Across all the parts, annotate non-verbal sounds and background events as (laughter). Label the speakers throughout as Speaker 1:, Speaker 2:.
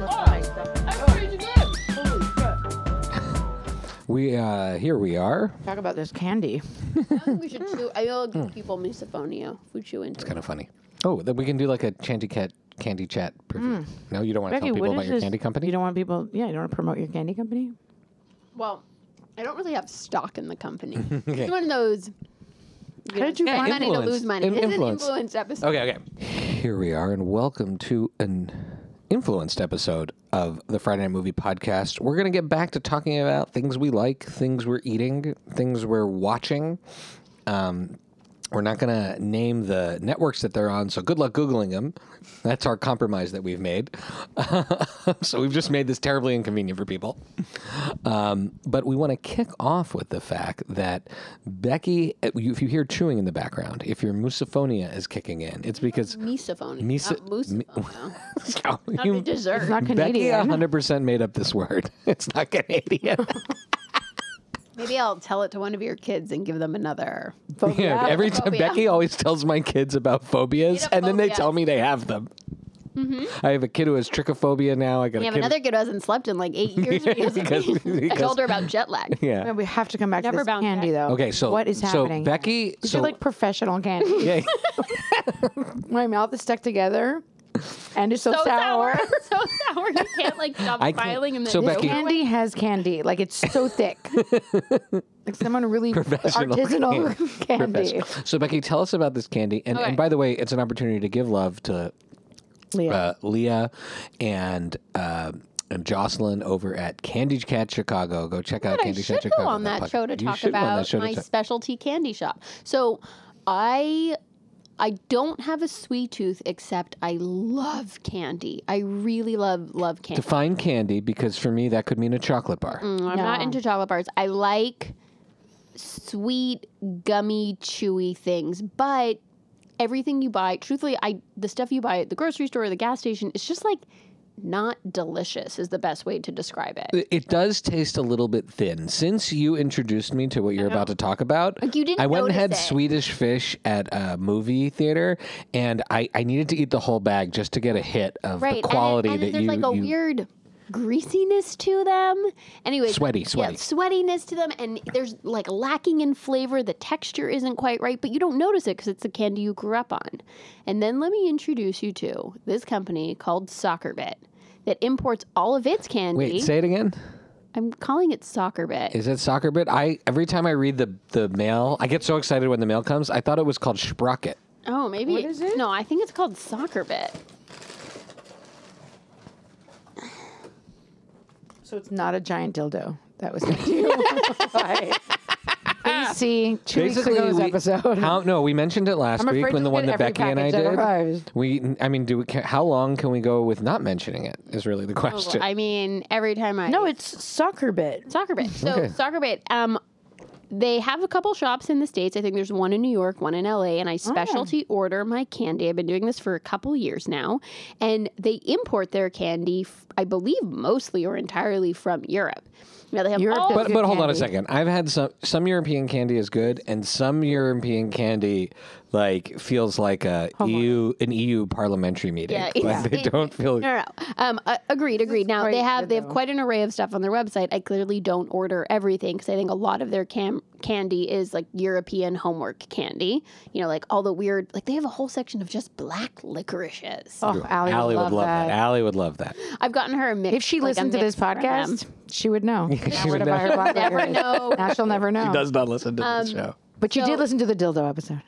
Speaker 1: Oh.
Speaker 2: we uh, here we are.
Speaker 1: Talk about this candy.
Speaker 3: I think we should
Speaker 2: Hmm.
Speaker 3: chew. I will give people misophonia if we chew into
Speaker 2: Kind of funny. Oh, then we can do like a Chanty Cat candy chat preview. No, you don't want to
Speaker 1: Becky,
Speaker 2: tell
Speaker 1: Mm.
Speaker 2: people
Speaker 1: what
Speaker 2: about
Speaker 1: is
Speaker 2: your
Speaker 1: this?
Speaker 2: candy company.
Speaker 1: You don't want people. Yeah, you don't want to promote your candy company.
Speaker 3: it. Well, I don't really have stock in the
Speaker 2: (laughs)
Speaker 3: company. It's one of those.
Speaker 1: How did you
Speaker 3: spend
Speaker 1: find
Speaker 3: money to
Speaker 2: influence?
Speaker 3: lose money?
Speaker 2: In-
Speaker 3: it's
Speaker 2: influence.
Speaker 3: an influence episode.
Speaker 2: Okay, okay. Here we are, and welcome to an influenced episode of the Friday Night Movie Podcast. We're going to get back to talking about things we like, things we're eating, things we're watching. Um, we're not going to name the networks that they're on, so good luck Googling them. That's our compromise that we've made. so we've just made this terribly inconvenient for people. Um, but we want to kick off with the fact that Becky, if you hear chewing in the background, if your musophonia is kicking in, it's
Speaker 3: (laughs)
Speaker 2: because (laughs)
Speaker 3: Misophonia.
Speaker 2: Miso-
Speaker 3: not
Speaker 2: (laughs)
Speaker 3: musophonia. not
Speaker 2: You-
Speaker 3: the dessert.
Speaker 1: It's not
Speaker 2: Becky
Speaker 1: Canadian.
Speaker 2: 100% made up this word. (laughs) It's not Canadian.
Speaker 3: Maybe I'll tell it to one of your kids and give them another. (laughs) Phobia.
Speaker 2: (laughs) Yeah, (laughs) every time
Speaker 3: Phobia.
Speaker 2: Becky always tells my kids about phobias,
Speaker 3: Get a
Speaker 2: and then they
Speaker 3: phobia. Mm-hmm.
Speaker 2: tell me they have them. I have a kid who has trichophobia now. I got
Speaker 3: You
Speaker 2: a
Speaker 3: have
Speaker 2: kid.
Speaker 3: another kid who hasn't slept in like eight years because, of
Speaker 2: (laughs) because-
Speaker 3: me. I (laughs)
Speaker 2: because-
Speaker 3: told her about jet
Speaker 2: (laughs)
Speaker 3: lag.
Speaker 1: No,
Speaker 3: (laughs)
Speaker 2: yeah.
Speaker 1: we have to come back to
Speaker 3: Never
Speaker 1: this
Speaker 3: bounce
Speaker 1: candy though.
Speaker 2: Okay, so
Speaker 1: what is
Speaker 2: so
Speaker 1: happening?
Speaker 2: Becky,
Speaker 1: These
Speaker 2: so
Speaker 1: are like professional (laughs) candy.
Speaker 2: (laughs)
Speaker 3: (laughs)
Speaker 2: yeah, (laughs)
Speaker 1: My mouth is stuck together, and it's so,
Speaker 3: So sour. (laughs)
Speaker 1: sour.
Speaker 3: so sour. You can't like stop
Speaker 2: I can't-
Speaker 3: filing and then
Speaker 2: so Becky-
Speaker 1: Candy has candy, like it's so
Speaker 2: (laughs)
Speaker 1: thick. like someone really
Speaker 2: Professional
Speaker 1: artisanal (laughs) candy.
Speaker 2: Professor. So Becky, tell us about this candy, and,
Speaker 3: Okay.
Speaker 2: and by the way, it's an opportunity to give love to
Speaker 1: Leah.
Speaker 2: uh, Leah and uh, and Jocelyn over at Candy Cat Chicago. Go check out
Speaker 3: But I
Speaker 2: Candy
Speaker 3: should
Speaker 2: Cat Chicago.
Speaker 3: go on that
Speaker 2: pod-
Speaker 3: show to
Speaker 2: You
Speaker 3: talk
Speaker 2: should go on that
Speaker 3: about
Speaker 2: show to
Speaker 3: my
Speaker 2: talk-
Speaker 3: specialty candy shop. So I I don't have a sweet tooth except I love candy. I really love love candy. Mm,
Speaker 2: Define candy because for me that could mean a chocolate bar.
Speaker 3: I'm not
Speaker 1: No.
Speaker 3: into chocolate bars. I like sweet, gummy, chewy things, but everything you buy, truthfully, I the stuff you buy at the grocery store or the gas station, it's just like not delicious is the best way to describe it.
Speaker 2: It does taste a little bit thin. Since you introduced me to what you're about to talk about,
Speaker 3: Like, you didn't
Speaker 2: I went and had
Speaker 3: notice it.
Speaker 2: Swedish fish at a movie theater, and I, I needed to eat the whole bag just to get a hit of
Speaker 3: right
Speaker 2: the quality
Speaker 3: and, it- and
Speaker 2: that
Speaker 3: there's
Speaker 2: you,
Speaker 3: like a
Speaker 2: you
Speaker 3: weird greasiness to them anyway
Speaker 2: Sweaty, sweaty.
Speaker 3: yeah, sweatiness to them and there's like lacking in flavor the texture isn't quite right but you don't notice it because it's the candy you grew up on and then let me introduce you to this company called soccerbit that imports all of its candy
Speaker 2: Wait, say it again.
Speaker 3: i'm calling it soccerbit
Speaker 2: Is it soccer bit? I every time I read the the mail, I get so excited when the mail comes. I thought it was called Sprocket.
Speaker 3: oh maybe
Speaker 1: What is it?
Speaker 3: no i think it's called soccerbit
Speaker 1: So it's not a giant dildo. That was (laughs) meant to (laughs) by AC two weeks ago's
Speaker 2: we,
Speaker 1: episode.
Speaker 2: How, no, we mentioned it last
Speaker 1: I'm
Speaker 2: week
Speaker 1: afraid
Speaker 2: when
Speaker 1: to
Speaker 2: the
Speaker 1: look
Speaker 2: one
Speaker 1: at
Speaker 2: that
Speaker 1: every
Speaker 2: Becky and I
Speaker 1: package that
Speaker 2: did.
Speaker 1: arrives.
Speaker 2: We, I mean, do we, ca- how long can we go with not mentioning it? Is really
Speaker 1: Oh,
Speaker 2: the question.
Speaker 3: i mean every time i
Speaker 1: no, it's soccer bit.
Speaker 3: Soccer Bit. So
Speaker 2: Okay.
Speaker 3: Soccer Bit. Um, they have a couple shops in the states. I think there's one in New York, one in LA,
Speaker 1: Ah.
Speaker 3: and I specialty order my candy. I've been doing this for a couple years now, and they import their candy, f- I believe, mostly or entirely from Europe. Now they have
Speaker 1: Europe
Speaker 3: all.
Speaker 1: does
Speaker 2: but
Speaker 1: good
Speaker 2: but hold on a
Speaker 1: candy.
Speaker 2: second. I've had some some European candy is good, and some European candy like feels like a EU an EU parliamentary meeting.
Speaker 3: Yeah, it's-
Speaker 2: (laughs) like they
Speaker 3: it-
Speaker 2: don't feel.
Speaker 3: No, no, no. Um, uh, agreed, agreed. Now they
Speaker 1: quite
Speaker 3: have
Speaker 1: good,
Speaker 3: they have
Speaker 1: though.
Speaker 3: quite an array of stuff on their website. I clearly don't order everything because I think a lot of their cam- candy is like European homework candy. You know, like all the weird like they have a whole section of just black licorices.
Speaker 1: Oh, (laughs) Allie,
Speaker 2: Allie
Speaker 1: would love, that.
Speaker 2: Allie would love that.
Speaker 3: I've gotten her a mix.
Speaker 1: If she
Speaker 3: like, a
Speaker 1: listened to
Speaker 3: mix
Speaker 1: this
Speaker 3: from them.
Speaker 1: podcast, she would know.
Speaker 2: (laughs) She
Speaker 1: Now
Speaker 2: would
Speaker 1: where to buy her black (laughs)
Speaker 3: Never
Speaker 1: licorice.
Speaker 3: know.
Speaker 1: Now she'll never know.
Speaker 2: Does not listen to
Speaker 1: Um,
Speaker 2: this show.
Speaker 1: But you did listen to the dildo episode.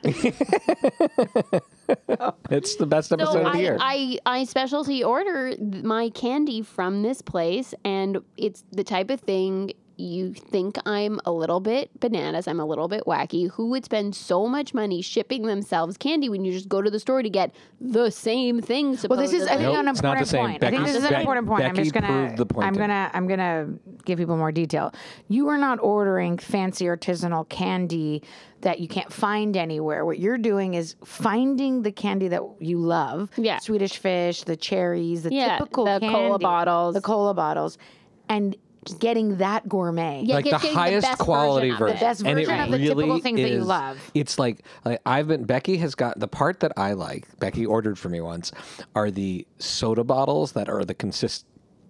Speaker 2: It's the best episode
Speaker 3: So
Speaker 2: of the
Speaker 3: I,
Speaker 2: year.
Speaker 3: I, I specialty order th- my candy from this place, and it's the type of thing you think I'm a little bit bananas, I'm a little bit wacky. Who would spend so much money shipping themselves candy when you just go to the store to get the same thing?
Speaker 1: Well, this is I think
Speaker 2: Nope,
Speaker 1: an
Speaker 2: it's not the
Speaker 1: important
Speaker 2: same.
Speaker 1: point. I think
Speaker 2: Becky-
Speaker 1: this is an
Speaker 2: Be-
Speaker 1: important point. I'm
Speaker 2: Becky
Speaker 1: just gonna
Speaker 2: proved the point
Speaker 1: I'm
Speaker 2: there.
Speaker 1: gonna I'm gonna give people more detail. You are not ordering fancy artisanal candy that you can't find anywhere. What you're doing is finding the candy that you love.
Speaker 3: Yeah.
Speaker 1: Swedish fish, the cherries, the
Speaker 3: Yeah,
Speaker 1: typical
Speaker 3: the cola
Speaker 1: candy,
Speaker 3: bottles.
Speaker 1: the cola bottles, and getting that gourmet.
Speaker 3: Yeah,
Speaker 2: like
Speaker 3: get-
Speaker 2: the
Speaker 3: getting
Speaker 2: highest
Speaker 3: best
Speaker 2: quality
Speaker 3: version of it.
Speaker 2: version,
Speaker 3: The best
Speaker 2: and it
Speaker 1: version of the
Speaker 2: really
Speaker 1: typical things that you
Speaker 2: is-
Speaker 1: love.
Speaker 2: It's like, like I've been. Becky has got the part that I like. Becky ordered for me once are the soda bottles that are the consist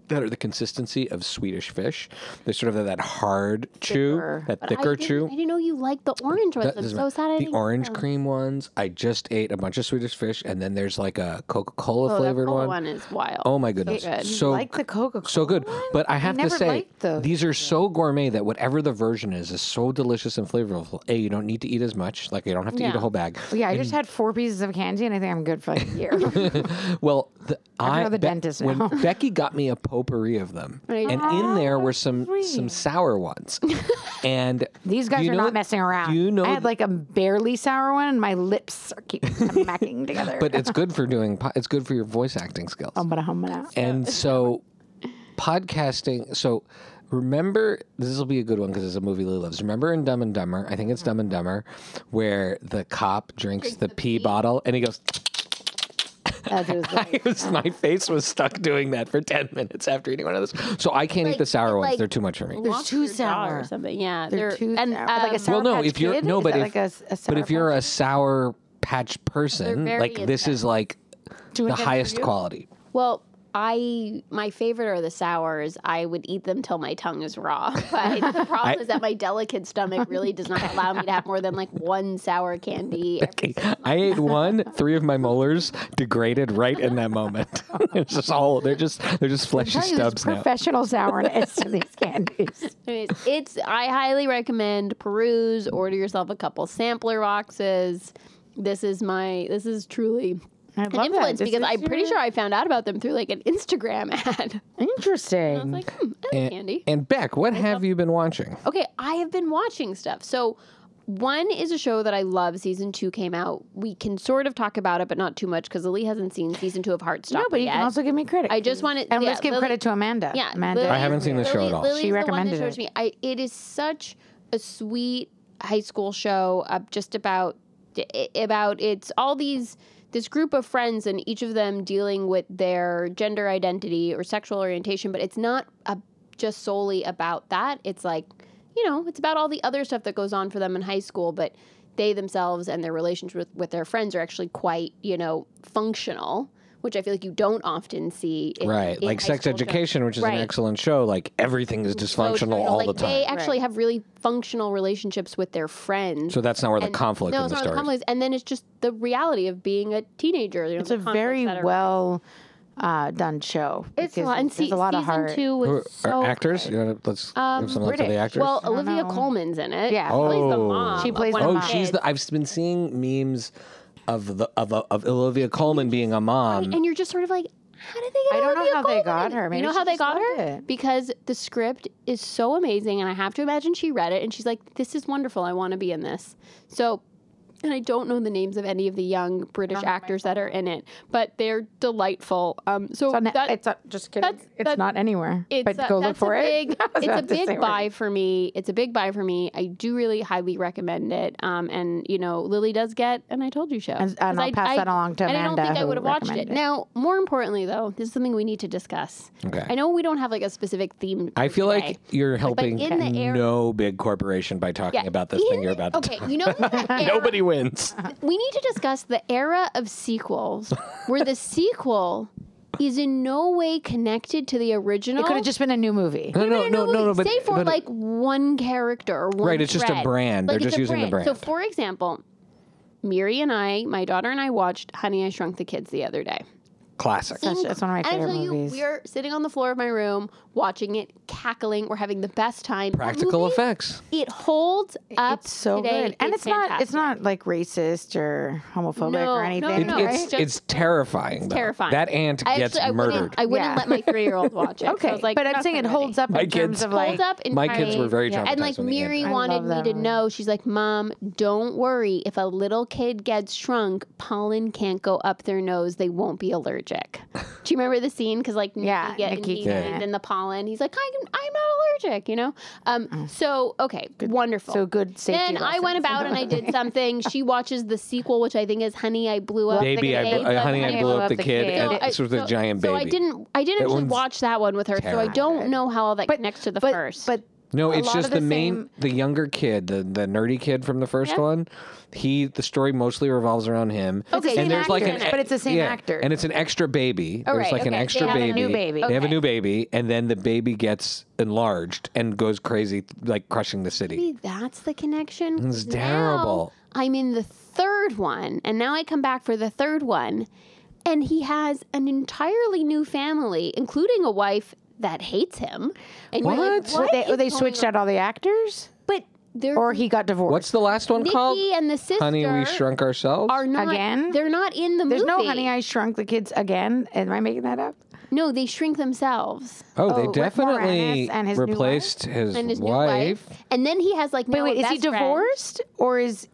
Speaker 2: that are the consistency of Swedish fish. They sort of have that hard chew,
Speaker 1: Thicker.
Speaker 2: that
Speaker 3: But I
Speaker 2: thicker
Speaker 3: didn't-
Speaker 2: chew.
Speaker 3: I didn't know you liked the orange ones.
Speaker 2: That-
Speaker 3: I'm
Speaker 2: this is
Speaker 3: so
Speaker 2: my-
Speaker 3: sad. I
Speaker 2: the
Speaker 3: didn't get
Speaker 2: orange
Speaker 3: them.
Speaker 2: cream ones. I just ate a bunch of Swedish fish, and then there's like a Coca Cola
Speaker 3: Oh, that
Speaker 2: flavored
Speaker 3: cola
Speaker 2: one.
Speaker 3: one is wild.
Speaker 2: Oh my goodness,
Speaker 3: good.
Speaker 2: so
Speaker 1: like the Coca Cola.
Speaker 2: so good. But I have to
Speaker 1: never
Speaker 2: say,
Speaker 1: liked those.
Speaker 2: these are so gourmet that whatever the version is is so delicious and flavorful. A, you don't need to eat as much. Like you don't have to eat a
Speaker 3: Yeah.
Speaker 2: whole bag.
Speaker 1: yeah, I just had four pieces of candy, and I think I'm good
Speaker 3: (laughs)
Speaker 1: for like a year.
Speaker 2: well, the, I
Speaker 1: go to the dentist
Speaker 2: when
Speaker 1: now. (laughs)
Speaker 2: Becky got me a potpourri of them,
Speaker 3: Right.
Speaker 2: and in there
Speaker 1: Ah,
Speaker 2: were some some
Speaker 1: (laughs)
Speaker 2: sour ones, and
Speaker 1: These guys
Speaker 2: you
Speaker 1: are
Speaker 2: know-
Speaker 1: not messing around.
Speaker 2: do You know,
Speaker 1: I had like a barely sour one, and my lips are
Speaker 3: (laughs)
Speaker 1: keep smacking together.
Speaker 2: but it's good for doing. po- It's good for your voice acting skills.
Speaker 1: I'm gonna hum it
Speaker 3: (laughs)
Speaker 1: out. (laughs)
Speaker 2: And so, podcasting. So, remember this will be a good one because it's a movie Lily loves. Remember in Dumb and Dumber, I think it's Dumb and Dumber, where the cop drinks, the, pee, bottle and he goes. (laughs)
Speaker 1: That is
Speaker 3: (laughs)
Speaker 1: like-
Speaker 2: It was, my face was stuck doing that for ten minutes after eating one of those. So I can't eat the sour ones;
Speaker 3: like-
Speaker 2: they're too much for me.
Speaker 3: There's
Speaker 1: too sour.
Speaker 3: or something. Yeah,
Speaker 1: They're too sour. Like a
Speaker 3: um,
Speaker 1: sour-
Speaker 2: Well, no,
Speaker 1: Patch
Speaker 2: if you're
Speaker 1: Kid?
Speaker 2: no,
Speaker 1: Is
Speaker 2: but
Speaker 1: that like
Speaker 2: if
Speaker 1: a- a
Speaker 2: but
Speaker 1: Sour
Speaker 2: if you're a sour patch person,
Speaker 3: very
Speaker 2: like this is like the
Speaker 1: it for
Speaker 2: highest
Speaker 1: you?
Speaker 2: quality.
Speaker 3: Well, I my favorite are the sours. I would eat them till my tongue is raw. (laughs) But the problem is that my delicate stomach really does not allow me to have more than like one sour candy.
Speaker 2: Okay, I ate one. Three of my molars degraded right in that moment. (laughs) it's just all they're just they're just fleshy
Speaker 1: Tell you, there's
Speaker 2: stubs now.
Speaker 1: professional sourness to these
Speaker 3: (laughs)
Speaker 1: candies.
Speaker 3: Anyways, it's I highly recommend peruse. Order yourself a couple sampler boxes. This is my this is truly
Speaker 1: I
Speaker 3: an
Speaker 1: love
Speaker 3: influence
Speaker 1: that. This
Speaker 3: because
Speaker 1: is
Speaker 3: I'm pretty
Speaker 1: your-
Speaker 3: sure I found out about them through like an Instagram (laughs) ad. I was
Speaker 1: (laughs) Interesting.
Speaker 3: like, hmm, I like
Speaker 2: And,
Speaker 3: candy.
Speaker 2: and Beck, what have you been watching?
Speaker 3: Okay, I have been watching stuff. So, one is a show that I love. Season two came out. We can sort of talk about it, but not too much because Lily hasn't seen season two of Heartstopper
Speaker 1: no, but you can
Speaker 3: yet.
Speaker 1: also give me credit.
Speaker 3: I just wanted-
Speaker 1: and
Speaker 3: yeah,
Speaker 1: let's give
Speaker 3: Lily-
Speaker 1: credit to Amanda.
Speaker 3: yeah,
Speaker 1: Amanda.
Speaker 2: I haven't seen the show at all.
Speaker 3: Lily's
Speaker 1: She
Speaker 3: the
Speaker 1: recommended
Speaker 3: one that showed
Speaker 1: it.
Speaker 3: me. I, it is such a sweet high school show. Uh, just about i- about it's all these this group of friends and each of them dealing with their gender identity or sexual orientation, but it's not a, just solely about that. It's like you know, it's about all the other stuff that goes on for them in high school, but they themselves and their relationship with, with their friends are actually quite, you know, functional, which I feel like you don't often see. in-
Speaker 2: Right,
Speaker 3: in
Speaker 2: like
Speaker 3: high
Speaker 2: Sex
Speaker 3: school shows.
Speaker 2: Education, which is
Speaker 3: Right.
Speaker 2: an excellent show. Like everything is
Speaker 3: Oh,
Speaker 2: dysfunctional
Speaker 3: no,
Speaker 2: all
Speaker 3: like,
Speaker 2: the
Speaker 3: They
Speaker 2: time.
Speaker 3: actually have really functional relationships with their friends.
Speaker 2: so that's not where the conflict
Speaker 3: no,
Speaker 2: in
Speaker 3: it's
Speaker 2: the
Speaker 3: not
Speaker 2: story.
Speaker 3: the
Speaker 2: is.
Speaker 3: conflicts. And then it's just the reality of being a teenager. you know,
Speaker 1: It's
Speaker 3: the
Speaker 1: a
Speaker 3: conflicts
Speaker 1: very
Speaker 3: that are-
Speaker 1: well uh, done show.
Speaker 3: It's a
Speaker 1: because
Speaker 3: lot. And
Speaker 1: there's
Speaker 3: see,
Speaker 1: a lot
Speaker 3: season
Speaker 1: of heart.
Speaker 3: two was
Speaker 2: Who are
Speaker 3: so
Speaker 2: actors? You wanna, let's
Speaker 3: Um,
Speaker 2: give some love to the
Speaker 1: British.
Speaker 2: actors.
Speaker 3: Well,
Speaker 1: don't
Speaker 3: Olivia
Speaker 1: know.
Speaker 3: Colman's in it.
Speaker 1: Yeah.
Speaker 3: she plays the
Speaker 2: Oh.
Speaker 3: mom.
Speaker 1: She
Speaker 3: of
Speaker 1: plays
Speaker 3: one
Speaker 1: the
Speaker 3: of
Speaker 2: oh,
Speaker 1: mom.
Speaker 2: she's
Speaker 3: kids.
Speaker 2: the. I've been seeing memes of the of a, of Olivia Colman being a mom.
Speaker 3: and you're just sort of like, how did they
Speaker 1: Um,
Speaker 3: get?
Speaker 1: I don't know
Speaker 3: Olivia
Speaker 1: how they got
Speaker 3: Colman?
Speaker 1: her. Maybe
Speaker 3: you know
Speaker 1: she
Speaker 3: how they
Speaker 1: just
Speaker 3: got
Speaker 1: loved
Speaker 3: her
Speaker 1: it.
Speaker 3: because the script is so amazing, and I have to imagine she read it and she's like, "This is wonderful. I want to be in this." So, and I don't know the names of any of the young British actors that are in it, but they're delightful. Um, so
Speaker 1: It's on,
Speaker 3: that,
Speaker 1: it's on, just kidding.
Speaker 3: that's-
Speaker 1: it's
Speaker 3: that's-
Speaker 1: not anywhere.
Speaker 3: it's
Speaker 1: but
Speaker 3: a-
Speaker 1: go look
Speaker 3: that's
Speaker 1: for
Speaker 3: a
Speaker 1: it.
Speaker 3: big,
Speaker 1: (laughs) I was
Speaker 3: It's a
Speaker 1: about to say
Speaker 3: big
Speaker 1: where-
Speaker 3: buy for me. It's a big buy for me. I do really highly recommend it. Um, and you know, Lily does get an I told you show.
Speaker 1: And- and
Speaker 3: 'Cause
Speaker 1: I'll pass that along to
Speaker 3: and I
Speaker 1: Amanda,
Speaker 3: don't think I
Speaker 1: who
Speaker 3: would have watched it.
Speaker 1: recommended it.
Speaker 3: Now, more importantly though, this is something we need to discuss.
Speaker 2: Okay.
Speaker 3: I know we don't have like a specific theme. for
Speaker 2: I feel
Speaker 3: today.
Speaker 2: like you're helping
Speaker 3: in the air-
Speaker 2: no big corporation by talking
Speaker 3: Yeah.
Speaker 2: about this thing
Speaker 3: In
Speaker 2: you're
Speaker 3: the-
Speaker 2: about to
Speaker 3: Okay, you know, the
Speaker 2: (laughs)
Speaker 3: era-
Speaker 2: Nobody
Speaker 3: (laughs)
Speaker 2: wins.
Speaker 3: we need to discuss the era of sequels, where
Speaker 2: (laughs)
Speaker 3: the sequel is in no way connected to the original.
Speaker 1: It could have just been a new movie.
Speaker 2: No,
Speaker 3: Even
Speaker 2: no, no,
Speaker 3: in a
Speaker 2: no, no.
Speaker 3: movie,
Speaker 2: But,
Speaker 3: say for
Speaker 2: but
Speaker 3: like one character or one
Speaker 2: Right, it's just a
Speaker 3: thread.
Speaker 2: brand. They're
Speaker 3: Like, it's
Speaker 2: just
Speaker 3: a
Speaker 2: using the
Speaker 3: So,
Speaker 2: brand.
Speaker 3: for example, Miri and I, my daughter and I, watched Honey, I Shrunk the Kids the other day.
Speaker 2: classic.
Speaker 1: That's- that's one of my
Speaker 3: And I
Speaker 1: favorite
Speaker 3: tell you,
Speaker 1: movies.
Speaker 3: we are sitting on the floor of my room watching it, cackling. We're having the best time. That
Speaker 2: Practical
Speaker 3: movie,
Speaker 2: effects.
Speaker 3: It holds up.
Speaker 1: It's so
Speaker 3: today.
Speaker 1: good, and it's, not it's not like racist or homophobic
Speaker 3: No,
Speaker 1: or
Speaker 3: no,
Speaker 1: anything.
Speaker 2: It,
Speaker 3: no,
Speaker 1: right?
Speaker 2: it's
Speaker 3: it's just-
Speaker 2: it's terrifying. though.
Speaker 3: terrifying.
Speaker 2: That ant
Speaker 3: I
Speaker 2: gets
Speaker 3: actually, I
Speaker 2: murdered.
Speaker 3: Wouldn't, I wouldn't
Speaker 1: Yeah.
Speaker 3: let my three year old watch it. So
Speaker 1: (laughs)
Speaker 3: I
Speaker 1: okay,
Speaker 3: was like,
Speaker 1: but
Speaker 3: "Not
Speaker 1: I'm saying it
Speaker 3: for me."
Speaker 1: holds up
Speaker 2: My
Speaker 1: in terms
Speaker 2: kids-
Speaker 1: of
Speaker 3: Holds
Speaker 1: like
Speaker 3: up in
Speaker 2: My kids were
Speaker 3: time.
Speaker 2: very
Speaker 1: Yeah.
Speaker 2: traumatized.
Speaker 3: and like
Speaker 2: when the ant-
Speaker 3: Miri
Speaker 1: I
Speaker 3: wanted
Speaker 1: love
Speaker 3: me
Speaker 1: that
Speaker 3: to
Speaker 1: movie.
Speaker 3: know, she's like, "Mom, don't worry. If a little kid gets shrunk, pollen can't go up their nose. They won't be allergic." Do you remember the scene? Because like Nikki
Speaker 1: Yeah,
Speaker 3: get,
Speaker 1: Nikki
Speaker 3: Nikki
Speaker 1: can't.
Speaker 3: and then the pollen. He's like, "I'm I'm not allergic," you know. Um. So okay, wonderful.
Speaker 1: so Oh. good safety.
Speaker 3: Then I went
Speaker 1: lessons.
Speaker 3: about and I
Speaker 1: (laughs)
Speaker 3: did something. She watches the sequel, which I think is Honey, I Blew Up.
Speaker 2: Baby,
Speaker 3: the
Speaker 2: I,
Speaker 3: Kid.
Speaker 2: blew- uh, honey, I blew up the kid.
Speaker 3: No,
Speaker 2: and
Speaker 3: I-
Speaker 2: It's with a giant baby.
Speaker 3: So I didn't. I didn't
Speaker 2: That
Speaker 3: actually
Speaker 2: one's
Speaker 3: watch that one with her, so I
Speaker 2: terrible.
Speaker 3: don't know how all that connects to the
Speaker 1: but,
Speaker 3: first.
Speaker 1: But
Speaker 2: No,
Speaker 1: A
Speaker 2: it's
Speaker 1: lot
Speaker 2: just
Speaker 1: of
Speaker 2: the,
Speaker 1: the
Speaker 2: main,
Speaker 1: same-
Speaker 2: the younger kid, the the nerdy kid from the first
Speaker 3: Yeah.
Speaker 2: one. He the story mostly revolves around him.
Speaker 1: It's the
Speaker 3: Okay,
Speaker 1: same
Speaker 3: and there's like
Speaker 1: actor,
Speaker 3: an-
Speaker 1: but it's the same actor.
Speaker 2: and it's an extra baby.
Speaker 3: Oh,
Speaker 2: there's
Speaker 3: right,
Speaker 2: like an
Speaker 3: okay. They
Speaker 2: extra
Speaker 3: have
Speaker 2: baby.
Speaker 1: a new baby.
Speaker 2: They have a
Speaker 3: Okay.
Speaker 2: new baby, and then the baby gets enlarged and goes crazy, like crushing the city.
Speaker 3: Maybe that's the connection. 'cause
Speaker 2: It's
Speaker 3: now
Speaker 2: terrible.
Speaker 3: I'm in the third one, and now I come back for the third one, and he has an entirely new family, including a wife that hates him. And you're like,
Speaker 2: What?
Speaker 1: What,
Speaker 3: what
Speaker 1: they, oh,
Speaker 3: is
Speaker 1: they
Speaker 3: going
Speaker 1: switched
Speaker 3: on?
Speaker 1: out all the actors,
Speaker 3: But they're
Speaker 1: or he got divorced.
Speaker 2: What's the last one
Speaker 3: Nikki
Speaker 2: called?
Speaker 3: and the sister
Speaker 2: Honey, we shrunk ourselves.
Speaker 3: are not
Speaker 1: Again?
Speaker 3: They're not in the
Speaker 1: There's
Speaker 3: movie.
Speaker 1: no Honey I Shrunk the Kids again. Am I making that up?
Speaker 3: No, they shrink themselves
Speaker 2: oh, they
Speaker 1: oh, with
Speaker 2: definitely
Speaker 1: Moranis and his new wife?
Speaker 2: replaced his,
Speaker 3: and his
Speaker 2: wife.
Speaker 3: new wife. And then he has like
Speaker 1: Wait,
Speaker 3: no
Speaker 1: wait, is he
Speaker 3: best friend.
Speaker 1: divorced or is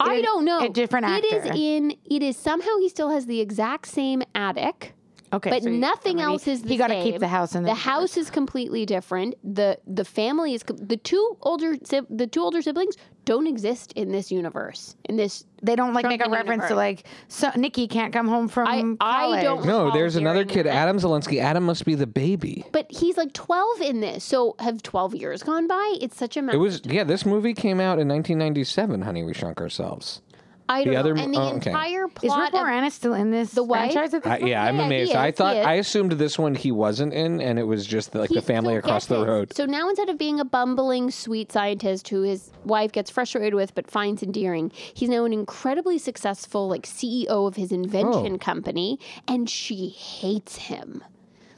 Speaker 3: I
Speaker 1: it a-
Speaker 3: don't know.
Speaker 1: a different actor?
Speaker 3: It is in. It is somehow he still has the exact same attic.
Speaker 1: okay?
Speaker 3: but
Speaker 1: so you-
Speaker 3: nothing
Speaker 1: I mean,
Speaker 3: else is the
Speaker 1: You got to keep
Speaker 3: same.
Speaker 1: the house and
Speaker 3: The house is completely different. the The family is com- the two older si- the two older siblings don't exist in this universe. In this,
Speaker 1: They don't like
Speaker 3: Shrunk
Speaker 1: make a
Speaker 3: the
Speaker 1: reference to
Speaker 3: universe.
Speaker 1: like so, Nikki can't come home from
Speaker 3: I-
Speaker 1: college.
Speaker 3: I don't
Speaker 2: No,
Speaker 3: Paul
Speaker 2: there's another
Speaker 3: Deering
Speaker 2: kid,
Speaker 3: and-
Speaker 2: Adam Zelensky. Adam must be the baby.
Speaker 3: but he's like twelve in this. So have twelve years gone by? It's such a
Speaker 2: It
Speaker 3: mountain.
Speaker 2: was yeah. This movie came out in 1997. Honey, we shrunk ourselves.
Speaker 3: I don't
Speaker 2: the other-
Speaker 3: know. And the
Speaker 2: oh, okay.
Speaker 3: entire
Speaker 1: Is Rick
Speaker 3: plot. of-
Speaker 1: Moranis still in this the
Speaker 3: wife?
Speaker 1: franchise at this
Speaker 2: I,
Speaker 1: point?
Speaker 2: yeah, I'm
Speaker 3: Yeah, he
Speaker 2: amazed.
Speaker 3: is,
Speaker 2: I
Speaker 3: he
Speaker 2: thought
Speaker 3: is.
Speaker 2: I assumed this one he wasn't in, and it was just like the
Speaker 3: He-
Speaker 2: family
Speaker 3: so
Speaker 2: across
Speaker 3: get
Speaker 2: the
Speaker 3: this.
Speaker 2: road.
Speaker 3: So now instead of being a bumbling sweet scientist who his wife gets frustrated with but finds endearing, he's now an incredibly successful like CEO of his invention
Speaker 2: Oh.
Speaker 3: company and she hates him.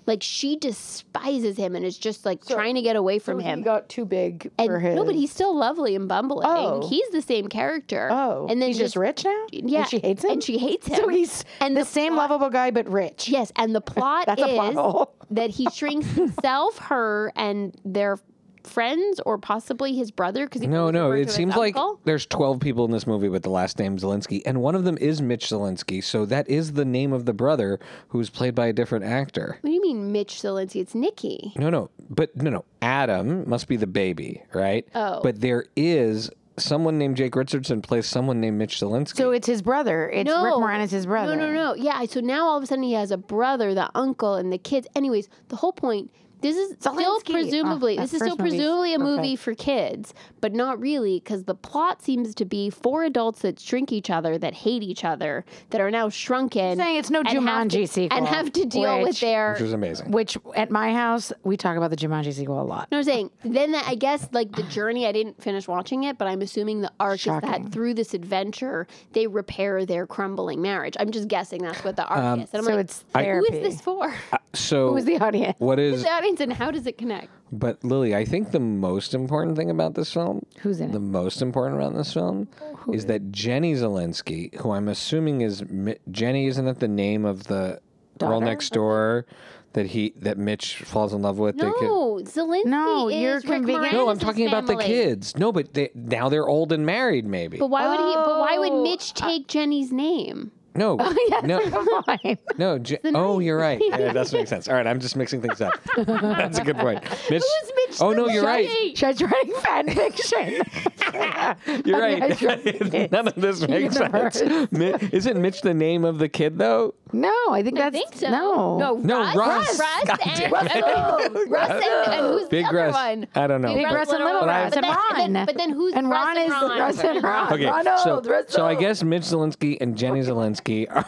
Speaker 3: Like she despises him and is just like trying to get away from him.
Speaker 1: got too big
Speaker 3: And no, but he's still lovely and bumbling.
Speaker 1: Oh.
Speaker 3: He's the same character.
Speaker 1: oh,
Speaker 3: and then
Speaker 1: he's just, rich now.
Speaker 3: Yeah,
Speaker 1: and she hates him.
Speaker 3: And she hates him.
Speaker 1: so he's
Speaker 3: and
Speaker 1: the,
Speaker 3: the
Speaker 1: same lovable guy but rich.
Speaker 3: Yes, and the plot
Speaker 1: That's
Speaker 3: is
Speaker 1: a plot hole. (laughs)
Speaker 3: that he shrinks himself, her, and their friends, or possibly his brother. Because
Speaker 2: No, no. It seems like there's 12 people in this movie with the last name Zelensky, and one of them is Mitch Zelensky. So that is the name of the brother who's played by a different actor.
Speaker 3: What do you mean, Mitch Zelensky? It's Nikki.
Speaker 2: No, no. But no, no. Adam must be the baby, right?
Speaker 3: Oh.
Speaker 2: But there is someone named Jake Richardson plays someone named Mitch Zelensky.
Speaker 1: So it's his brother. It's
Speaker 3: No,
Speaker 1: Rick Moranis' brother.
Speaker 3: No, no, no. Yeah. So now all of a sudden he has a brother, the uncle, and the kids. Anyways, the whole point. This is still
Speaker 1: Zelensky. Oh,
Speaker 3: presumably
Speaker 1: that
Speaker 3: this is still
Speaker 1: first movie's
Speaker 3: presumably a movie for kids, but not really because the plot seems to be four adults that shrink each other, that hate each other, that are now shrunken.
Speaker 1: Saying it's no
Speaker 3: and have
Speaker 1: Jumanji
Speaker 3: to-
Speaker 1: sequel,
Speaker 3: and have to deal with
Speaker 1: which-
Speaker 3: their
Speaker 2: which was amazing.
Speaker 1: Which at my house we talk about the Jumanji sequel a lot.
Speaker 3: No, I'm saying then that, I guess like the journey. I didn't finish watching it, but I'm assuming the arc is
Speaker 1: Shocking.
Speaker 3: that through this adventure they repair their crumbling marriage. I'm just guessing that's what the arc
Speaker 2: Um,
Speaker 3: is. And I'm
Speaker 1: so
Speaker 3: like,
Speaker 1: it's therapy.
Speaker 3: who is
Speaker 1: (laughs)
Speaker 3: this for?
Speaker 2: (laughs)
Speaker 3: (laughs)
Speaker 2: So
Speaker 1: Who's the audience?
Speaker 2: what
Speaker 3: Who's
Speaker 2: is
Speaker 3: the audience and how does it connect?
Speaker 2: but Lily, I think the most important thing about this film
Speaker 1: Who's in
Speaker 2: the
Speaker 1: it?
Speaker 2: most important around this film is that Jenny Zelensky, who I'm assuming is Mi- Jenny, isn't that the name of the girl next door that he that Mitch falls in love with? They could-
Speaker 3: No, Zelensky.
Speaker 1: No,
Speaker 3: is
Speaker 1: you're
Speaker 3: Rick
Speaker 1: convicting-
Speaker 3: Moranis'
Speaker 2: no, I'm talking about the
Speaker 3: family.
Speaker 2: kids. No, but they, now they're old and married, maybe.
Speaker 3: But why would he? But why would
Speaker 1: Oh,
Speaker 3: Mitch take Jenny's name?
Speaker 2: no,
Speaker 1: yes,
Speaker 2: no,
Speaker 1: (laughs) Fine.
Speaker 2: no. Je- oh, you're right. Yeah, that makes sense. All right, I'm just mixing things up. That's a good point. Mitch,
Speaker 3: Who's Mitch
Speaker 2: oh no, you're right.
Speaker 3: Zelensky?
Speaker 1: She's writing fan (laughs) fiction.
Speaker 2: You're
Speaker 1: Honey, I
Speaker 2: (laughs)
Speaker 1: Shrunk the
Speaker 2: right.
Speaker 1: Kids
Speaker 2: None of this makes sense.
Speaker 1: universe.
Speaker 2: Mi- Isn't Mitch the name of the kid though?
Speaker 1: no, I think
Speaker 3: I
Speaker 1: that's
Speaker 3: think so.
Speaker 1: no.
Speaker 3: no,
Speaker 2: No,
Speaker 3: Russ,
Speaker 2: Russ. God
Speaker 3: Russ,
Speaker 2: damn
Speaker 3: and,
Speaker 2: it.
Speaker 3: oh, Russ
Speaker 2: (laughs)
Speaker 3: and, and who's
Speaker 2: Big
Speaker 3: the other
Speaker 2: Russ.
Speaker 3: one?
Speaker 2: I don't know.
Speaker 1: Big Russ and Little
Speaker 2: But I-
Speaker 1: Russ and
Speaker 3: But then-
Speaker 1: Ron.
Speaker 3: and then- but then who's
Speaker 1: and
Speaker 3: Russ
Speaker 1: Ron
Speaker 3: and
Speaker 1: is
Speaker 3: Ron?
Speaker 1: Russ and Ron.
Speaker 2: Okay,
Speaker 1: Ronald,
Speaker 2: so,
Speaker 1: Russell.
Speaker 2: so I guess Mitch Zelensky and Jenny Zelensky are.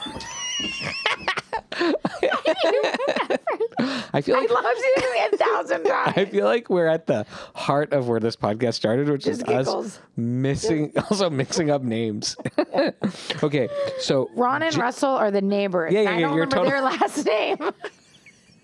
Speaker 2: (laughs) I feel like
Speaker 1: He loves you a thousand
Speaker 2: (laughs) I
Speaker 1: times.
Speaker 2: feel like we're at the heart of where this podcast started, which is
Speaker 1: Just
Speaker 2: us
Speaker 1: giggles.
Speaker 2: missing, (laughs) also mixing up names. (laughs) okay, so
Speaker 1: Ron and Russell are the neighbors.
Speaker 2: Yeah, yeah,
Speaker 1: I
Speaker 2: yeah,
Speaker 1: don't
Speaker 2: you're
Speaker 1: remember their (laughs) last name.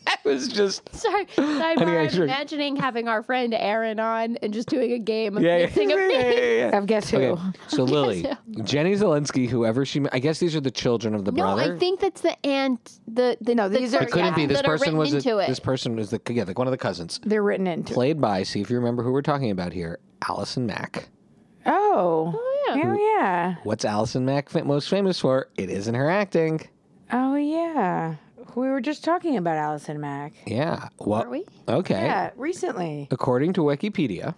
Speaker 2: that was
Speaker 3: (laughs)
Speaker 2: just
Speaker 3: Sorry,
Speaker 2: Honey, I
Speaker 3: sidebar. I'm
Speaker 2: Shrunk.
Speaker 3: imagining having our friend Aaron on and just doing a game of
Speaker 2: yeah, yeah,
Speaker 3: mixing up
Speaker 2: yeah, yeah,
Speaker 3: names.
Speaker 2: yeah, yeah.
Speaker 1: Of guess who?
Speaker 2: Okay,
Speaker 3: (laughs)
Speaker 2: so Lily, Jenny Zelensky, whoever she, ma- I guess these are the children of the
Speaker 3: No,
Speaker 2: brother.
Speaker 3: I think that's the aunt. The, the
Speaker 1: No,
Speaker 3: the
Speaker 1: these are-
Speaker 2: it
Speaker 3: third
Speaker 2: couldn't
Speaker 3: cousin
Speaker 2: be. This
Speaker 3: that are
Speaker 2: person
Speaker 3: written
Speaker 2: was a,
Speaker 3: into it.
Speaker 2: this person is the yeah, like one of the cousins.
Speaker 1: They're written into.
Speaker 2: played by, see if you remember who we're talking about here, Allison Mack.
Speaker 1: Oh.
Speaker 3: yeah.
Speaker 1: Oh yeah.
Speaker 2: What's Allison Mack fa- most famous for? It isn't her acting.
Speaker 1: Oh yeah. We were just talking about Allison Mack.
Speaker 2: Yeah. What?
Speaker 3: Are we?
Speaker 2: Okay.
Speaker 1: Yeah, recently.
Speaker 2: According to Wikipedia,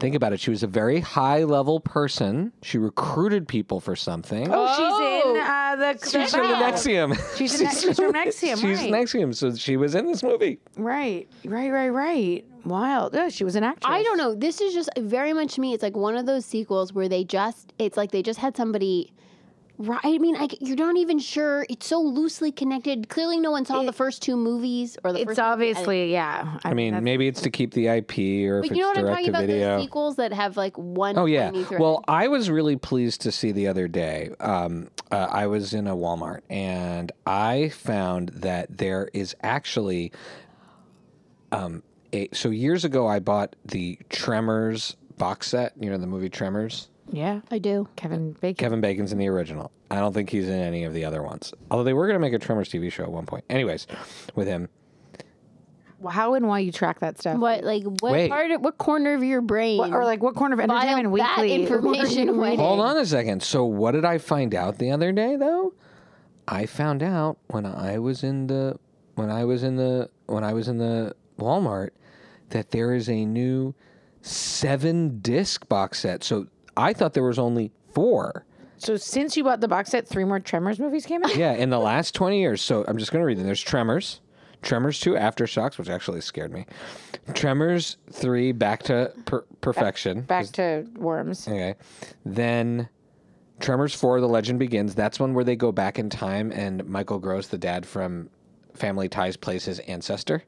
Speaker 2: think about it. She was a very high level person. She recruited people for something.
Speaker 1: Oh, she's in. uh, the, the
Speaker 2: She's from the
Speaker 1: Belle.
Speaker 2: Nexium.
Speaker 1: She's
Speaker 2: (laughs)
Speaker 1: a Ne- she's
Speaker 3: (laughs)
Speaker 1: from Nexium,
Speaker 2: She's
Speaker 1: right.
Speaker 2: Nexium, so she was in this movie.
Speaker 1: Right, right, right, right. Wild. Oh, she was an actress.
Speaker 3: I don't know. This is just very much me. It's like one of those sequels where they just, it's like they just had somebody. Right. I mean, like you're not even sure. It's so loosely connected. Clearly, no one saw the first two movies or the
Speaker 1: It's
Speaker 3: first. movie.
Speaker 1: obviously yeah.
Speaker 2: I mean, maybe it's to keep the IP or if
Speaker 3: But
Speaker 2: it's
Speaker 3: you know what I'm
Speaker 2: direct
Speaker 3: talking
Speaker 2: to
Speaker 3: about?
Speaker 2: video.
Speaker 3: Those sequels that have like one.
Speaker 2: Oh yeah.
Speaker 3: tiny thread.
Speaker 2: Well, I was really pleased to see the other day. Um, uh, I was in a Walmart and I found that there is actually, um, a, so years ago I bought the Tremors box set. You know the movie Tremors.
Speaker 1: yeah.
Speaker 3: I do.
Speaker 1: Kevin Bacon.
Speaker 2: Kevin Bacon's in the original. I don't think he's in any of the other ones. Although they were going to make a Tremors TV show at one point. Anyways, with him.
Speaker 1: How and why you track that stuff?
Speaker 3: What like what
Speaker 2: Wait.
Speaker 3: part? Of, what corner of your brain?
Speaker 1: What- or like what corner of Entertainment
Speaker 3: File that
Speaker 1: Weekly?
Speaker 3: information
Speaker 1: Were you
Speaker 3: away.
Speaker 1: reading?
Speaker 2: Hold on a second. So, what did I find out the other day, though? I found out when I was in the when I was in the when I was in the Walmart that there is a new seven disc box set. So I thought there was only four.
Speaker 1: (laughs) So since you bought the box set, three more Tremors movies came out.
Speaker 2: (laughs) Yeah, in the last twenty years. So I'm just going to read them. There's Tremors, Tremors two, Aftershocks, which actually scared me. Tremors three, Back to per- Perfection.
Speaker 1: Back to Worms.
Speaker 2: Okay. Then Tremors 4, The Legend Begins. That's one where they go back in time and Michael Gross, the dad from Family Ties, plays
Speaker 1: (laughs)
Speaker 2: his ancestor.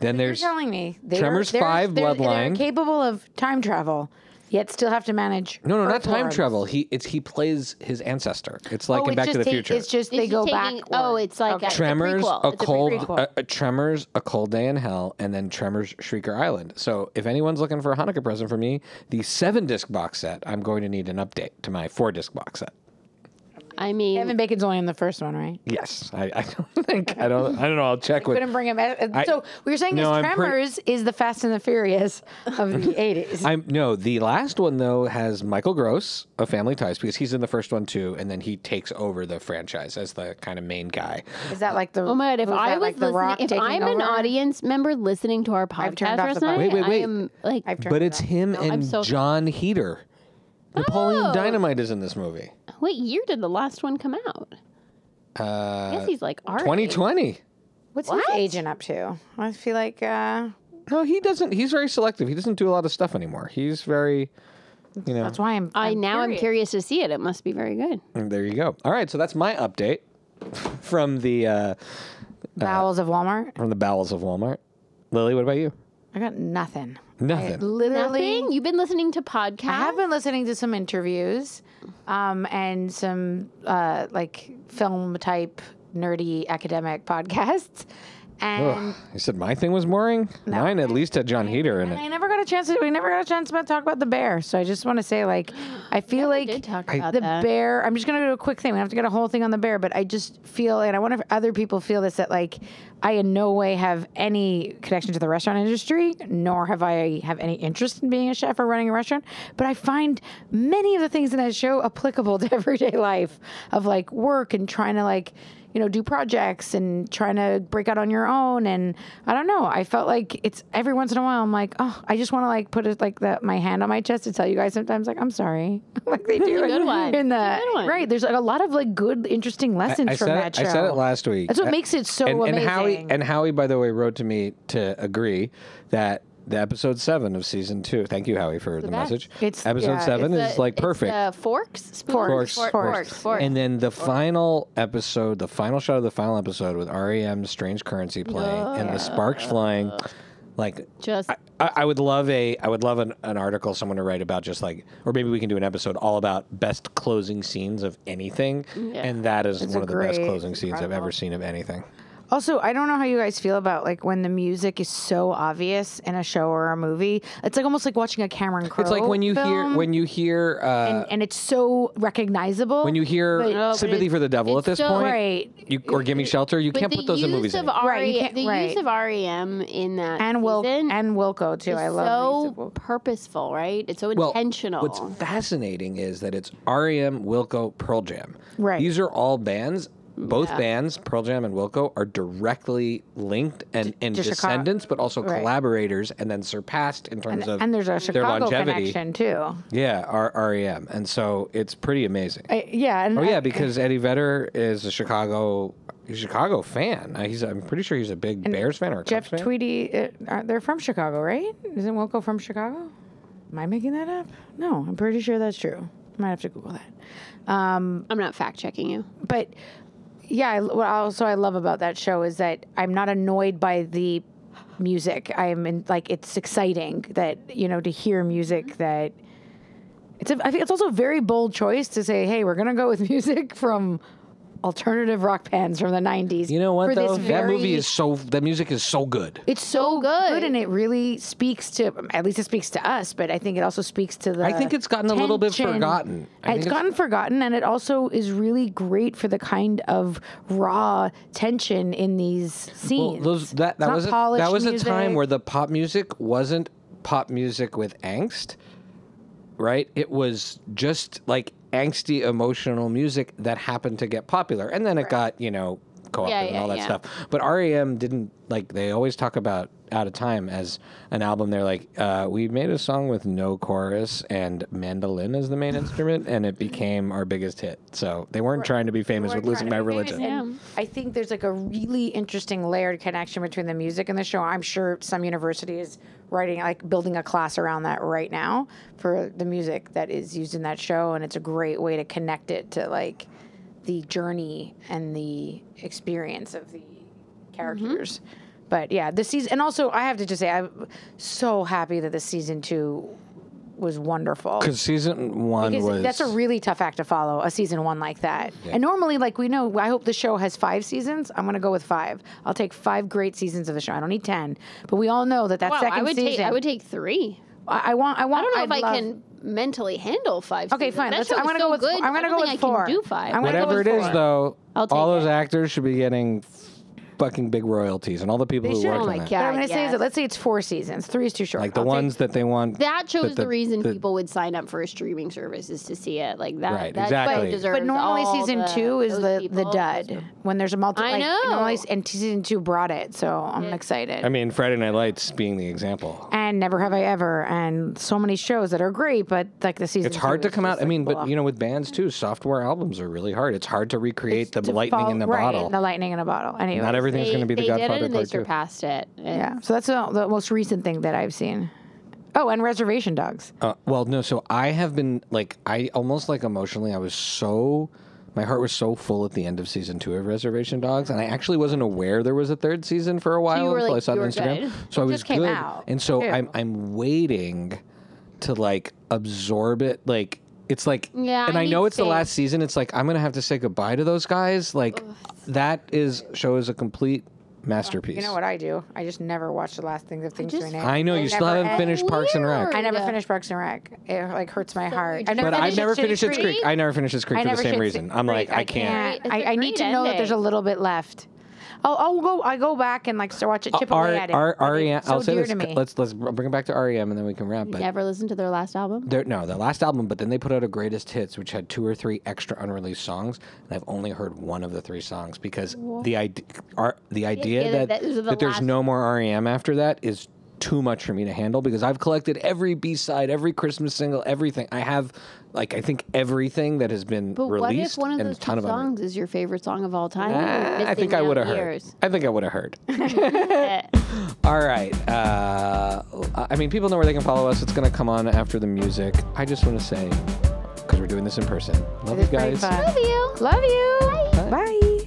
Speaker 2: then
Speaker 1: You're
Speaker 2: there's.
Speaker 1: telling me they
Speaker 2: Tremors
Speaker 1: are, they're,
Speaker 2: five,
Speaker 1: they're, They're
Speaker 2: Bloodline.
Speaker 1: capable of time travel, yet still have to manage.
Speaker 2: No, no, not time
Speaker 1: Earthworms.
Speaker 2: travel. He it's he plays his ancestor. It's like
Speaker 1: Oh,
Speaker 2: in
Speaker 1: it's
Speaker 2: Back
Speaker 1: just
Speaker 2: to the
Speaker 1: ta-
Speaker 2: Future.
Speaker 1: It's just
Speaker 3: It's
Speaker 1: they go
Speaker 3: just
Speaker 1: back.
Speaker 3: taking- Oh, it's like a, it's a
Speaker 2: Tremors,
Speaker 3: prequel.
Speaker 2: a,
Speaker 3: It's a
Speaker 2: cold,
Speaker 3: prequel.
Speaker 2: a, a Tremors, a cold day in hell, and then Tremors, Shrieker Island. So, if anyone's looking for a Hanukkah present for me, the seven disc box set, I'm going to need an update to my four disc box set.
Speaker 3: I mean,
Speaker 1: Kevin Bacon's only in the first one, right?
Speaker 2: Yes, I, I don't (laughs) think I don't I don't know. I'll check with
Speaker 1: Couldn't bring him. uh,
Speaker 2: I-
Speaker 1: so we were saying
Speaker 2: No,
Speaker 1: this
Speaker 2: I'm pretty-
Speaker 1: Tremors is the Fast and the Furious of
Speaker 2: (laughs)
Speaker 1: the eighties.
Speaker 2: I'm no. The last one though has Michael Gross of Family Ties because he's in the first one too, and then he takes over the franchise as the kind of main guy.
Speaker 1: Is that like the?
Speaker 3: Oh my god! If
Speaker 1: was
Speaker 3: I
Speaker 1: that
Speaker 3: was
Speaker 1: like the
Speaker 3: listening,
Speaker 1: Rock
Speaker 3: if
Speaker 1: taking
Speaker 3: I'm an
Speaker 1: over?
Speaker 3: audience member listening to our podcast
Speaker 1: turned off
Speaker 3: last
Speaker 1: the
Speaker 3: night,
Speaker 2: Wait, wait, wait.
Speaker 3: I am like,
Speaker 1: I've turned
Speaker 2: But
Speaker 1: it
Speaker 2: it's
Speaker 1: off.
Speaker 2: him and
Speaker 3: so-
Speaker 2: John Heater. Napoleon
Speaker 3: Oh.
Speaker 2: Dynamite is in this movie.
Speaker 3: what year did the last one come out? I guess he's like our
Speaker 2: Uh, Twenty
Speaker 3: age.
Speaker 2: twenty.
Speaker 1: What's his agent up to? I feel like uh,
Speaker 2: No, he doesn't. He's very selective. He doesn't do a lot of stuff anymore. He's very, you know.
Speaker 1: that's why I'm.
Speaker 3: I
Speaker 1: I'm
Speaker 3: now I'm
Speaker 1: curious.
Speaker 3: curious to see it. It must be very good.
Speaker 2: There you go. All right, so that's my update (laughs) from the uh,
Speaker 3: Uh,
Speaker 1: Bowels of Walmart.
Speaker 2: from the bowels of Walmart. Lily, what about you?
Speaker 1: I got nothing.
Speaker 2: Nothing.
Speaker 1: Literally,
Speaker 3: Nothing. You've been listening to podcasts.
Speaker 1: I have been listening to some interviews um, and some uh, like film type nerdy academic podcasts. (laughs) And
Speaker 2: You said my thing was boring. Mine at least had John Heater in it.
Speaker 1: I never got a chance to, we never got a chance to talk about the bear. So I just want to say, like, I feel like
Speaker 3: did talk about
Speaker 1: the
Speaker 3: that.
Speaker 1: bear, I'm just going to do a quick thing. We don't have to get a whole thing on the bear, but I just feel, and I wonder if other people feel this, that like, I in no way have any connection to the restaurant industry, nor have I have any interest in being a chef or running a restaurant. But I find many of the things in that show applicable (laughs) to everyday life of like work and trying to like, you know, do projects and trying to break out on your own. And I don't know. I felt like it's every once in a while I'm like, oh, I just want to like put it like that my hand on my chest to tell you guys sometimes like I'm sorry, (laughs) like they do in,
Speaker 3: good one.
Speaker 1: in the
Speaker 3: It's a good one.
Speaker 1: right. There's like a lot of like good, interesting lessons from
Speaker 2: said
Speaker 1: that
Speaker 2: it,
Speaker 1: show.
Speaker 2: I said it last week.
Speaker 1: That's what
Speaker 2: Uh,
Speaker 1: makes it so
Speaker 2: and,
Speaker 1: amazing.
Speaker 2: And Howie, and Howie, by the way, wrote to me to agree that the episode seven of season two. Thank you, Howie, for the,
Speaker 3: best.
Speaker 2: message.
Speaker 1: It's-
Speaker 2: episode
Speaker 1: yeah,
Speaker 2: seven
Speaker 3: The-
Speaker 2: is like
Speaker 3: it's
Speaker 2: perfect.
Speaker 3: the forks, spoons,
Speaker 1: Forks,
Speaker 3: fork-
Speaker 1: forks.
Speaker 3: forks, forks.
Speaker 2: And then the final episode, the final shot of the final episode with REM's Strange Currency playing and the sparks flying. Like
Speaker 3: just
Speaker 2: I, I would love a I would love an, an article someone to write about just like or maybe we can do an episode all about best closing scenes of anything and that is one
Speaker 1: a
Speaker 2: of the best
Speaker 1: great
Speaker 2: closing scenes I've ever seen of anything.
Speaker 1: Also, I don't know how you guys feel about like when the music is so obvious in a show or a movie. It's like almost like watching a Cameron Crowe.
Speaker 2: It's like when you
Speaker 1: film,
Speaker 2: hear when you hear uh,
Speaker 1: and, and it's so recognizable
Speaker 2: when you hear
Speaker 1: but- No,
Speaker 3: but
Speaker 2: sympathy
Speaker 3: it's-
Speaker 2: for the devil at
Speaker 3: it's
Speaker 2: this
Speaker 3: still-
Speaker 2: point
Speaker 1: right.
Speaker 2: you, or give me shelter you
Speaker 3: but
Speaker 2: can't
Speaker 3: the
Speaker 2: put those in
Speaker 3: use
Speaker 2: movies
Speaker 3: of
Speaker 2: anymore.
Speaker 3: REM,
Speaker 1: Right, you can't-
Speaker 3: the
Speaker 1: right.
Speaker 3: use of REM in that
Speaker 1: and Wil-
Speaker 3: season
Speaker 1: and Wilco too.
Speaker 3: is
Speaker 1: I love the use of
Speaker 3: so
Speaker 1: Wilco.
Speaker 3: purposeful, right? It's so
Speaker 2: Well,
Speaker 3: intentional.
Speaker 2: What's fascinating is that it's REM, E Wilco, Pearl Jam.
Speaker 1: Right.
Speaker 2: These are all bands Both bands, Pearl Jam and Wilco, are directly linked and, and
Speaker 1: to Chicago-
Speaker 2: descendants, but also
Speaker 1: right.
Speaker 2: collaborators, and then surpassed in terms of
Speaker 1: and there's a
Speaker 2: their
Speaker 1: Chicago
Speaker 2: longevity.
Speaker 1: connection too.
Speaker 2: Yeah, R- REM, and so it's pretty amazing.
Speaker 1: I, yeah. And
Speaker 2: Oh yeah,
Speaker 1: I-
Speaker 2: because Eddie Vedder is a Chicago Chicago fan. Uh, He's I'm pretty sure he's a big Bears fan or a
Speaker 1: Jeff
Speaker 2: Cubs fan.
Speaker 1: Tweedy, uh, are- they're from Chicago, right? Isn't Wilco from Chicago? Am I making that up? No, I'm pretty sure that's true. Might have to Google that.
Speaker 3: I'm not fact checking you.
Speaker 1: but yeah, I, what also I love about that show is that I'm not annoyed by the music. I am in, like it's exciting that you know to hear music that it's a, I think it's also a very bold choice to say, hey, we're gonna go with (laughs) music from alternative rock bands from the '90s.
Speaker 2: You know what
Speaker 1: for
Speaker 2: though?
Speaker 1: This
Speaker 2: that movie
Speaker 1: very-
Speaker 2: is so that music is so Oh, good.
Speaker 1: It's so good. and it really speaks to at least it speaks to us, but I think it also speaks to the.
Speaker 2: I think it's gotten a little bit
Speaker 1: tension.
Speaker 2: forgotten. I think
Speaker 1: It's
Speaker 2: it's-
Speaker 1: gotten forgotten, and it also is really great for the kind of raw tension in these scenes.
Speaker 2: Well, those that
Speaker 1: It's
Speaker 2: that
Speaker 1: not
Speaker 2: was a,
Speaker 1: polished
Speaker 2: that was a
Speaker 1: music.
Speaker 2: time where the pop music wasn't pop music with angst, right? It was just like angsty emotional music that happened to get popular, and then it got you know co-opted
Speaker 3: Yeah,
Speaker 2: and
Speaker 3: yeah,
Speaker 2: all that
Speaker 3: yeah.
Speaker 2: stuff. But REM didn't like they always talk about out of time as an album they're like uh, we made a song with no chorus and mandolin
Speaker 1: (laughs)
Speaker 2: is the main instrument and it became our biggest hit so they weren't trying to be famous with
Speaker 1: We're
Speaker 2: losing my
Speaker 1: trying to be
Speaker 2: religion
Speaker 1: famous, and I think there's like a really interesting layered connection between the music and the show. I'm sure some university is writing, like building a class around that right now for the music that is used in that show. And it's a great way to connect it to like the journey and the experience of the Mm-hmm. characters. But yeah, this season, and also I have to just say, I'm so happy that the season two was wonderful.
Speaker 2: because season one
Speaker 1: Because
Speaker 2: was
Speaker 1: that's a really tough act to follow a season one like that. And normally, like we know, I hope the show has five seasons. I'm going to go with five. I'll take five great seasons of the show. I don't need ten, but we all know that that
Speaker 3: Wow,
Speaker 1: second
Speaker 3: I would
Speaker 1: season.
Speaker 3: take I would take three.
Speaker 1: I I want. I
Speaker 3: I
Speaker 1: want.
Speaker 3: don't know if
Speaker 1: I'd
Speaker 3: I
Speaker 1: love-
Speaker 3: can mentally handle five.
Speaker 1: Okay,
Speaker 3: seasons.
Speaker 1: fine.
Speaker 3: That
Speaker 1: Let's,
Speaker 3: show
Speaker 1: I'm
Speaker 3: is
Speaker 1: going to
Speaker 3: so
Speaker 1: go with.
Speaker 3: good.
Speaker 1: I'm going
Speaker 3: I
Speaker 1: to
Speaker 3: don't
Speaker 1: go
Speaker 3: think
Speaker 1: with
Speaker 3: I
Speaker 1: four.
Speaker 3: Can do five.
Speaker 1: I'm gonna go
Speaker 2: Whatever
Speaker 1: with
Speaker 2: it is,
Speaker 1: four.
Speaker 2: though,
Speaker 3: I'll
Speaker 2: all
Speaker 3: take
Speaker 2: those
Speaker 3: it.
Speaker 2: actors should be getting fucking big royalties, and all the people who
Speaker 1: should.
Speaker 2: worked
Speaker 1: Oh
Speaker 2: on
Speaker 3: my
Speaker 2: that.
Speaker 3: God.
Speaker 1: What I'm going to say is
Speaker 3: yes.
Speaker 1: that let's say it's four seasons. Three is too short.
Speaker 2: Like the
Speaker 1: I'll take-
Speaker 2: ones that they want.
Speaker 3: That shows
Speaker 2: the-
Speaker 3: the, reason
Speaker 2: the-
Speaker 3: people would sign up for a streaming service is to see it. Like that.
Speaker 2: Right,
Speaker 3: that
Speaker 2: exactly.
Speaker 3: show
Speaker 2: But-
Speaker 3: deserves
Speaker 1: But normally
Speaker 3: all
Speaker 1: season
Speaker 3: the-
Speaker 1: two is
Speaker 3: those
Speaker 1: the the
Speaker 3: people.
Speaker 1: dud when there's a multi.
Speaker 3: I
Speaker 1: like,
Speaker 3: know.
Speaker 1: normally- and season two brought it, so I'm excited.
Speaker 2: I mean, Friday Night Lights being the example.
Speaker 1: and Never Have I Ever, and so many shows that are great, but like the season.
Speaker 2: It's hard
Speaker 1: two
Speaker 2: to
Speaker 1: is
Speaker 2: come
Speaker 1: just,
Speaker 2: out. I
Speaker 1: like,
Speaker 2: mean,
Speaker 1: blah.
Speaker 2: but you know, with bands too, software albums are really hard. It's hard to recreate the
Speaker 1: To
Speaker 2: lightning
Speaker 1: follow-
Speaker 2: in the
Speaker 1: right,
Speaker 2: bottle.
Speaker 1: The lightning in a bottle. Anyway,
Speaker 2: Not everything's
Speaker 3: They,
Speaker 2: going to be the
Speaker 3: they did it
Speaker 2: Godfather
Speaker 3: and they
Speaker 2: Part Two.
Speaker 3: surpassed it. And
Speaker 1: Yeah, so that's the, the most recent thing that I've seen. Oh, and Reservation Dogs.
Speaker 2: Uh, well, no. So I have been like, I almost like emotionally, I was so, my heart was so full at the end of season two of Reservation Dogs, and I actually wasn't aware there was a third season for a while
Speaker 3: were,
Speaker 2: until
Speaker 3: like,
Speaker 2: I saw it
Speaker 3: you
Speaker 2: on
Speaker 3: were
Speaker 2: Instagram.
Speaker 3: good.
Speaker 2: So I was
Speaker 1: just came
Speaker 2: good,
Speaker 1: out,
Speaker 2: and so
Speaker 1: too.
Speaker 2: I'm I'm waiting to like absorb it, like. It's like,
Speaker 3: Yeah,
Speaker 2: and
Speaker 3: I
Speaker 2: I, know
Speaker 3: need
Speaker 2: it's the
Speaker 3: space.
Speaker 2: last season. It's like I'm gonna have to say goodbye to those guys. Like, that is show is a complete masterpiece.
Speaker 1: You know what I do? I just never watch the last thing of things
Speaker 3: just-
Speaker 1: we named.
Speaker 2: I know you
Speaker 1: It
Speaker 2: still
Speaker 1: never
Speaker 2: haven't
Speaker 1: ends.
Speaker 2: finished Parks and Rec.
Speaker 1: I never
Speaker 3: Yeah.
Speaker 1: finished Parks and Rec. It like hurts my heart.
Speaker 3: But
Speaker 2: But I've
Speaker 3: finished
Speaker 2: never
Speaker 3: Schitt's
Speaker 2: finished Schitt's
Speaker 3: Creek?
Speaker 2: Creek. I never finished Schitt's Creek for the
Speaker 1: never
Speaker 2: same
Speaker 1: should
Speaker 2: reason.
Speaker 1: say-
Speaker 2: I'm like,
Speaker 1: great,
Speaker 2: I can't.
Speaker 3: It's
Speaker 1: I,
Speaker 3: a
Speaker 1: I need to
Speaker 3: great
Speaker 1: know that there's a
Speaker 3: ending.
Speaker 1: little bit left. I'll, I'll go. I go back and like so watch it chip
Speaker 2: R-
Speaker 1: away at it.
Speaker 2: R-
Speaker 1: But
Speaker 2: REM.
Speaker 1: it's so
Speaker 2: I'll say
Speaker 1: dear
Speaker 2: this.
Speaker 1: to me.
Speaker 2: Let's let's bring it back to REM and then we can wrap. But
Speaker 3: Never listened to their last album.
Speaker 2: they're- no, the last album. But then they put out a greatest hits, which had two or three extra unreleased songs, and I've only heard one of the three songs because the idea, are, the idea
Speaker 3: yeah,
Speaker 2: that
Speaker 3: that- those are
Speaker 2: that,
Speaker 3: the
Speaker 2: there's
Speaker 3: last-
Speaker 2: no more REM after that is too much for me to handle because I've collected every B side, every Christmas single, everything. I have like I think everything that has been
Speaker 3: But what if
Speaker 2: released
Speaker 3: one of
Speaker 2: and a
Speaker 3: those
Speaker 2: ton
Speaker 3: two
Speaker 2: of other-
Speaker 3: songs is your favorite song of all time?
Speaker 2: Ah,
Speaker 3: You're
Speaker 2: I think
Speaker 3: missing
Speaker 2: I
Speaker 3: out Uh,
Speaker 2: would have heard. (laughs)
Speaker 3: years.
Speaker 2: I think I would
Speaker 3: (laughs)
Speaker 2: have heard. All right. Uh, I mean, people know where they can follow us. It's going to come on after the music. I just want to say, because we're doing this in person, love you
Speaker 1: It's very
Speaker 2: guys.
Speaker 1: fun.
Speaker 3: Love you. Love you.
Speaker 1: Bye.